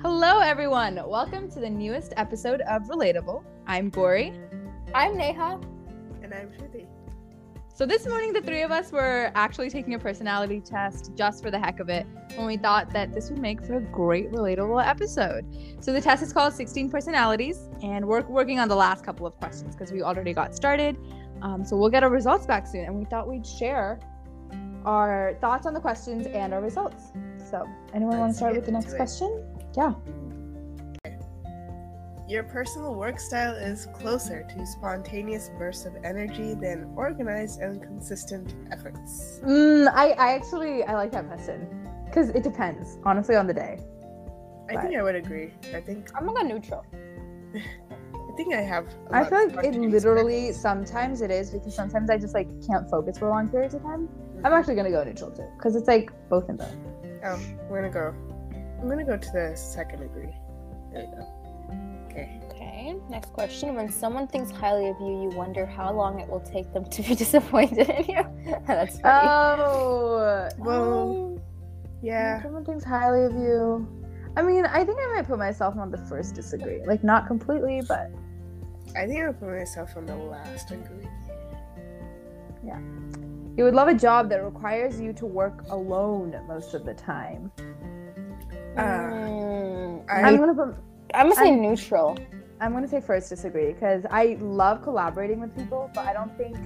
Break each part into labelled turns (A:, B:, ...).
A: Hello, everyone. Welcome to the newest episode of Relatable. I'm Gori.
B: I'm Neha.
C: And I'm Shruti.
A: So, this morning, the three of us were actually taking a personality test just for the heck of it when we thought that this would make for a great relatable episode. So, the test is called 16 Personalities, and we're working on the last couple of questions because we already got started. Um, so, we'll get our results back soon, and we thought we'd share our thoughts on the questions and our results. So, anyone want to
C: Let's
A: start
C: get
A: with the next
C: into it.
A: question?
C: Your personal work style is closer to spontaneous bursts of energy than organized and consistent efforts.
A: Mm, I, I actually I like that question because it depends honestly on the day.
C: I think I would agree. I think
B: I'm gonna go neutral.
C: I think I have. a
A: I
C: lot
A: feel
C: of
A: like it
C: spontaneous
A: literally
C: bursts.
A: sometimes it is because sometimes I just like can't focus for long periods of time. I'm actually gonna go neutral too because it's like both and both.
C: Oh, we're gonna go. I'm gonna go to the second degree. There you go. Okay.
B: Okay, next question. When someone thinks highly of you, you wonder how long it will take them to be disappointed in you. That's funny.
A: Uh, Oh,
C: Well, yeah.
A: Someone thinks highly of you. I mean, I think I might put myself on the first disagree, like not completely, but
C: I think I'll put myself on the last degree.
A: you would love a job that requires you to work alone most of the time.
C: Uh,
B: Mm,
C: I-
A: I'm gonna put
B: I'm gonna say
A: I'm-
B: neutral.
A: I'm gonna say first disagree because I love collaborating with people, but I don't think,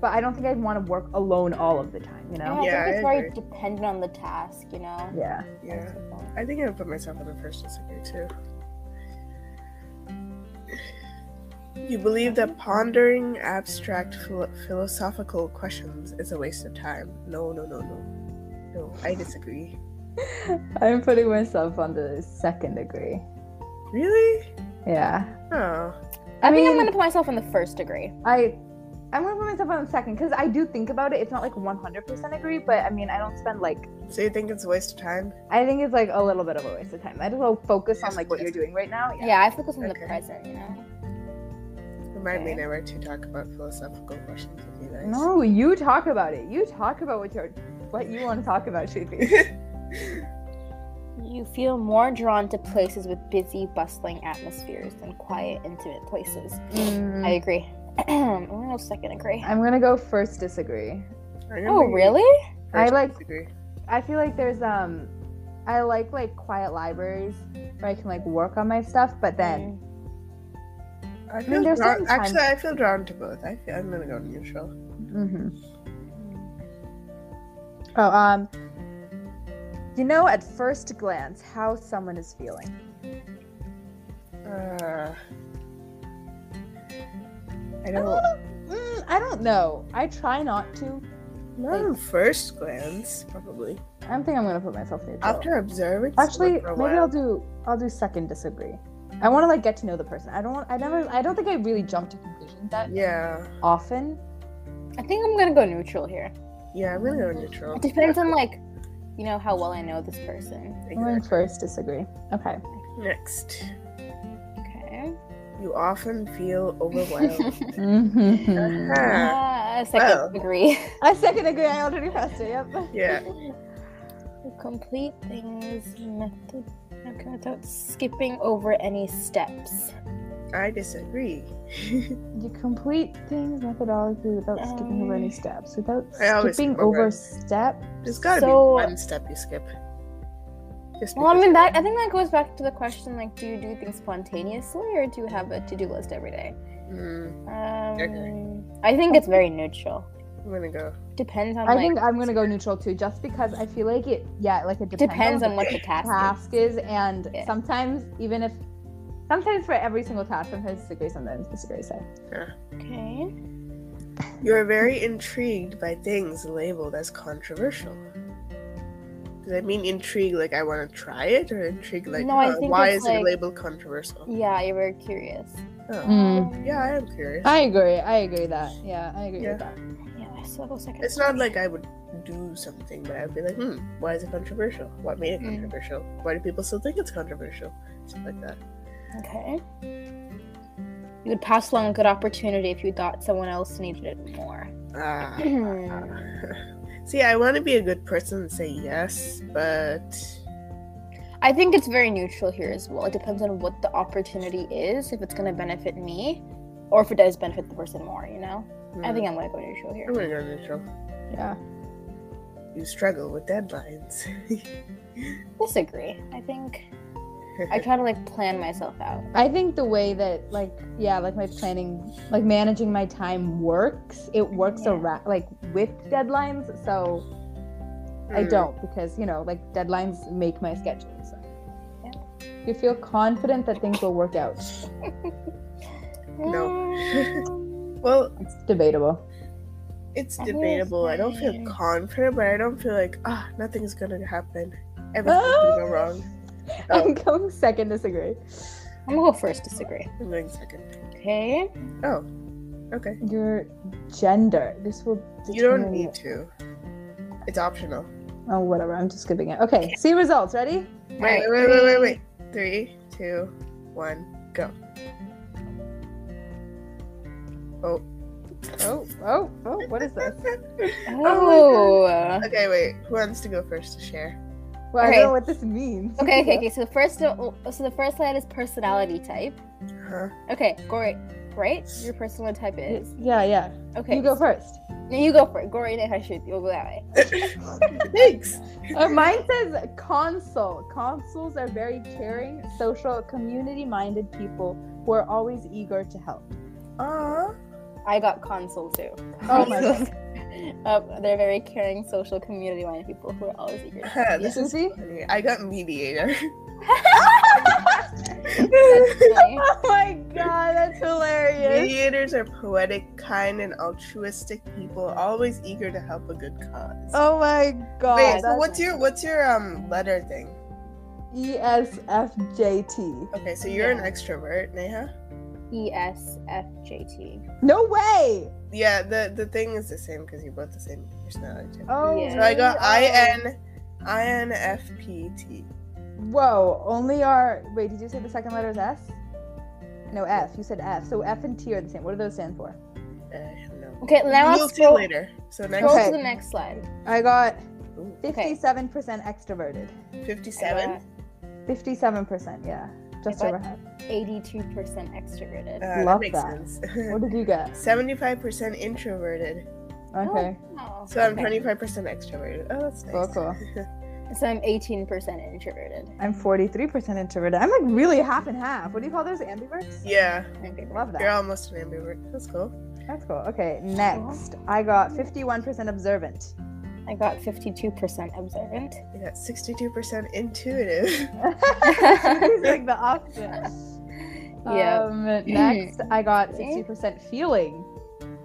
A: but I don't think I'd want to work alone all of the time. You know?
B: Yeah,
C: Yeah,
B: I think it's
C: I
B: very
C: agree.
B: dependent on the task, you know.
A: Yeah.
C: yeah. I think I would put myself on the first disagree too. You believe that pondering abstract philo- philosophical questions is a waste of time. No, no, no, no. No, I disagree.
A: I'm putting myself on the second degree.
C: Really?
A: Yeah.
C: Oh.
A: I,
B: I, think I'm
A: mean,
B: gonna put myself on the first degree.
A: I, I'm gonna put myself on the second because I do think about it. It's not like 100% agree, but I mean, I don't spend like.
C: So you think it's a waste of time?
A: I think it's like a little bit of a waste of time. I just will focus on like what you're doing right now.
B: Yeah, I focus on the
C: Okay.
B: present, you know.
C: Remind me
A: Okay.
C: never to talk about philosophical questions with you guys.
A: No, you talk about it. You talk about what you're, what you want to talk about, Shuti.
B: You feel more drawn to places with busy, bustling atmospheres than quiet, intimate places.
A: Mm.
B: I agree. I'm gonna go second agree.
A: I'm gonna go first disagree.
C: I remember
B: Oh,
C: you
B: really?
A: I
C: first
A: like-
C: disagree.
A: I feel like there's um I like like quiet libraries where I can like work on my stuff, but then
C: I feel
A: there's
C: drawn,
A: certain times-
C: actually I feel drawn to both. I feel I'm gonna go neutral.
A: Mhm.
B: Hmm.
A: Oh, um you know at first glance how someone is feeling.
C: Uh, I
A: I
C: don't.
A: don't, mm, I don't know. I try not to.
C: Not on first glance, probably.
A: I don't think I'm gonna put myself neutral.
C: After observing, someone
A: Actually,
C: for a
A: maybe I'll
C: while-
A: do I'll do second disagree. I want to like get to know the person. I don't want. I never. I don't think I really jump to conclusions that
C: Yeah,
A: often.
B: I think I'm gonna go neutral here.
C: yeah, I'm gonna go neutral.
B: It depends on like, you know, how well I know this person.
A: I'm going
C: Exactly.
A: first disagree. Okay.
C: Next,
B: Okay.
C: you often feel overwhelmed. Uh-huh.
B: Ah, second
C: Well.
B: degree.
A: Mm-hmm. I second agree. I already passed it. Yep.
C: yeah,
B: You Complete things method. Okay, without skipping over any steps.
C: I disagree.
A: You complete things methodologically without skipping over any
B: Um,
A: steps. Without
C: I always
A: skipping
C: skip over
A: over
C: it.
A: step.
C: There's gotta
B: So-
C: be one step you skip. Just
B: Well, I
C: because-
B: mean that. I think that goes back to the question like, do you do things spontaneously or do you have a to-do list every day?
C: Mm,
B: Um, I think it's very neutral.
C: I'm gonna go.
B: Depends on
A: I
B: like.
A: think I'm gonna go neutral too, just because I feel like it. Yeah, like it depends,
B: depends on
A: the
B: what the task is.
A: task is, and
B: Yeah.
A: sometimes even if, sometimes for every single task, sometimes disagree, sometimes disagree. So
B: Okay.
C: You are very intrigued by things labeled as controversial. Does that mean intrigue like I want to try it, or intrigue like
B: No, I
C: uh,
B: think
C: why
B: it's
C: is
B: like-
C: it labeled controversial?
B: Yeah, you're very curious.
C: Oh.
A: Mm.
B: Um,
C: Yeah, I am curious.
A: I agree. I agree that. Yeah, I agree with that.
B: Yeah, I still go second.
C: It's not like I would do something, but I'd be like, hmm, why is it controversial? What made it
B: Mm.
C: controversial? Why do people still think it's controversial? Stuff like that.
B: Okay. You would pass along a good opportunity if you thought someone else needed it more.
C: Ah.
B: I
C: See, I want to be a good person and say yes, but
B: I think it's very neutral here as well. It depends on what the opportunity is, if it's going to benefit me, or if it does benefit the person more. You know, I think I'm going to go neutral
C: hmm, I'm
B: here.
C: gonna go neutral.
A: Yeah.
C: You struggle with deadlines.
B: Disagree. I think I try to like plan myself out.
A: I think the way that like yeah, like my planning, like managing my time works. It works
B: Yeah.
A: around like with deadlines, so I
C: Hmm.
B: Mm.
A: don't because you know like deadlines make my schedule. So.
B: Yeah.
A: You feel confident that things will work out.
C: No.
B: Mm,
C: Well,
A: It's debatable.
C: it's
B: I hear
C: debatable. I don't feel
B: saying-
C: confident, but I don't feel like ah, nothing's gonna happen. Everything
B: Ah!"
C: can go wrong. Oh.
A: I'm going second. Disagree.
B: I'm gonna go first. Disagree.
C: I'm going second.
B: Okay.
C: Oh, okay.
A: Your gender. This will.
C: You don't
A: determine-
C: need to. It's optional.
A: Oh, whatever. I'm just skipping it. Okay. See results. Ready?
C: Wait,
B: Alright,
C: wait, wait, wait, wait.
B: three.
C: Three, two, one, go. Oh.
A: Oh, oh, oh. What is this?
C: Oh
B: Oh.
C: Okay, wait. Who wants to go first to share?
A: Well, I
B: Okay.
A: don't know what this means.
B: okay. Okay. Okay. So the first. So the first slide is personality type.
C: Huh?
B: Okay. Great. Right. Your personality type is.
A: Yeah, yeah.
B: Okay.
A: You go first.
B: No, you go for it. Go right ahead. Shoot. We'll go that way.
C: Thanks.
A: Uh, mine says consul. Consuls are very caring, social, community-minded people who are always eager to help.
C: Aw.
B: I got console too.
A: Oh my
B: Consuls. Um, they're very caring, social, community-minded people who are always eager. to
C: Huh, this is
A: Susie?
C: funny. I got mediator.
B: help.
A: Oh my god, that's hilarious.
C: Mediators are poetic, kind, and altruistic people, always eager to help a good cause.
A: Oh my god.
C: Wait,
A: that's
C: so
A: E
C: what's your what's your um letter thing?
A: ESFJT.
C: Okay, so you're
B: Yeah.
C: an extrovert, Neha.
B: ESFJT.
A: No way.
C: Yeah, the the thing is the same because you're both the same personality. type.
A: Oh.
B: Yeah.
C: So I got
A: oh.
C: I N I N F P T.
A: Whoa, only our wait, did you say the second letter is S? No, F. You said F. So F and T are the same. What do those stand for?
C: I don't know.
B: Okay, now
C: You'll
B: let's
C: Eh, see
B: go,
C: later. So
B: go
C: next,
A: Okay.
B: to the next slide.
A: I got
C: Ooh,
B: Okay.
A: 57% extroverted.
C: fifty-seven.
B: Uh,
A: 57%, yeah. Just
B: I got-
A: over half.
B: Eighty-two percent extroverted.
C: Uh, that
A: love
C: makes
A: that.
C: sense.
A: What did you get?
C: Seventy-five percent introverted.
A: Uh, Okay.
B: Oh,
C: So I'm
B: okay.
C: twenty-five percent extroverted. Oh, that's
A: Cool,
C: nice.
A: cool.
B: So I'm eighteen percent introverted.
A: I'm 43% introverted. I'm like really half and half. What do you call those? Ambiverts?
C: Yeah,
B: Okay.
A: Love that.
C: you're almost an ambivert. That's cool.
A: That's cool. Okay, next. I got 51% observant.
B: I got fifty-two percent observant.
C: You got sixty-two percent intuitive.
A: It's like the opposite.
B: Yeah.
A: Um, next, I got 60% feeling.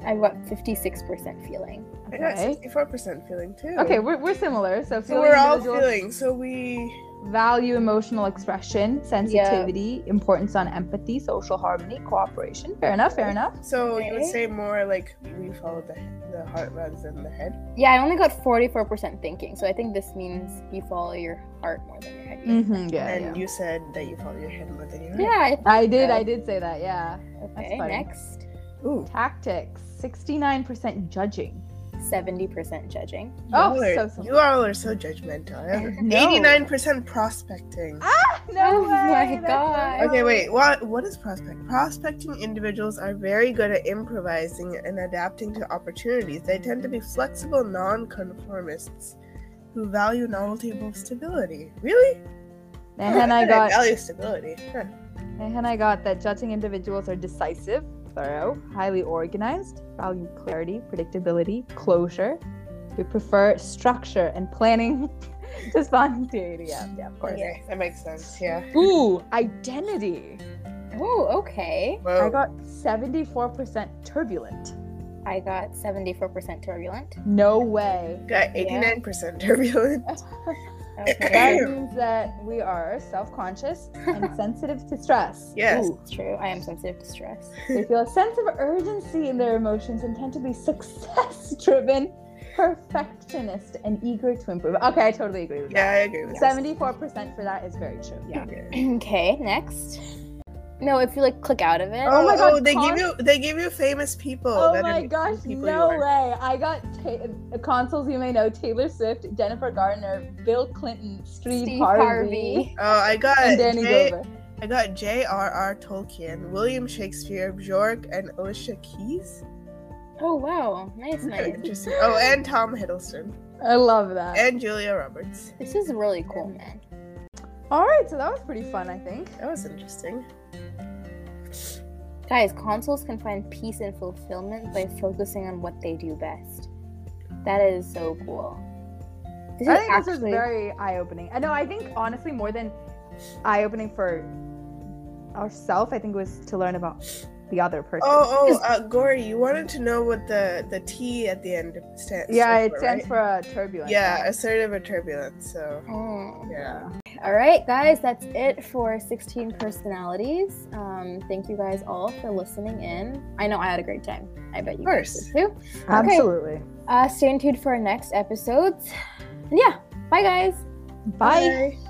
B: I got fifty-six percent feeling.
C: I got
A: Okay.
C: sixty-four percent feeling too.
A: Okay, we're, we're similar. So,
C: So
A: feeling
C: we're all
A: individual-
C: feeling. So we
A: value emotional expression, sensitivity, importance on empathy, social harmony, cooperation. Fair enough, fair enough.
C: So you would
B: Okay.
C: say more like we follow the the heart rather than the head.
B: Yeah, I only got forty-four percent thinking. So I think this means you follow your heart more than your head.
A: Mm-hmm, yeah,
C: and you said that you follow your head more than your heart.
B: Yeah. I
A: I did, I did say that, yeah.
B: Okay,
A: funny.
B: next.
C: Ooh.
A: Tactics 69% judging.
B: 70% judging.
A: Oh,
C: you,
A: so
C: are,
A: simple.
C: you all are so judgmental.
A: No.
C: Eighty nine percent prospecting.
A: No
B: Oh my
A: way, that's
B: God.
A: so
C: Okay,
A: wrong.
C: wait. What what is prospect? Prospecting individuals are very good at improvising and adapting to opportunities. They tend to be flexible nonconformists who value novelty above stability. Really?
A: And I got
C: value stability. Huh.
A: And I got that judging individuals are decisive, thorough, highly organized, value clarity, predictability, closure. We prefer structure and planning to spontaneity. Yeah, yeah, of course.
C: Okay, that makes sense. Yeah.
A: Ooh, identity.
B: Oh, okay.
C: Whoa.
A: I got 74% turbulent.
B: I got 74% turbulent.
A: No way.
C: Got 89% turbulent.
A: That
B: Okay.
A: means that we are self conscious and sensitive to stress.
C: Yes.
A: Ooh.
B: That's true. I am sensitive to stress.
A: They feel a sense of urgency in their emotions and tend to be success driven, perfectionist, and eager to improve. Okay, I totally agree with
C: Yeah, I agree with
A: that. 74% for that is very true.
C: that.
A: Yeah.
C: Yeah.
B: okay, next. No, if you like click out of it.
A: Oh my God,
C: they
A: Con-
C: give you they give you famous people.
A: Oh
C: that are
A: my
C: famous
A: gosh,
C: people you
A: no
C: are.
A: way. I got ta- consoles you may know Taylor Swift, Jennifer Garner, Bill Clinton, Steve,
B: Steve
A: Harvey,
B: Harvey.
C: Oh, I got
A: and Danny
C: J-
A: Glover.
C: I got J.R.R. Tolkien, William Shakespeare, Bjork, and Alicia Keys.
B: Oh wow, nice, nice.
C: Interesting. Oh, and Tom Hiddleston
A: I love that.
C: and Julia Roberts.
B: This is really cool, man.
A: All right, so that was pretty fun, I think.
C: That was interesting.
B: Guys, consoles can find peace and fulfillment by focusing on what they do best. That is so cool. This
A: I
B: is
A: think this was
B: actually
A: very eye-opening. I know. I think honestly, more than eye-opening for ourselves, I think it was to learn about the other person.
C: Oh, oh, uh, Gory, you wanted to know what the the T at the end stands.
A: yeah,
C: stands
A: it
C: for,
A: stands
C: right?
A: for uh, turbulence.
C: Yeah, assertive or turbulent. So
B: Oh.
C: yeah.
B: All right, guys, that's it for 16 personalities. Um, thank you guys all for listening in. I know I had a great time. I bet you
C: course.
B: guys did too.
A: absolutely.
B: Uh, stay tuned for our next episodes. And yeah, bye guys.
A: Bye.
B: Bye.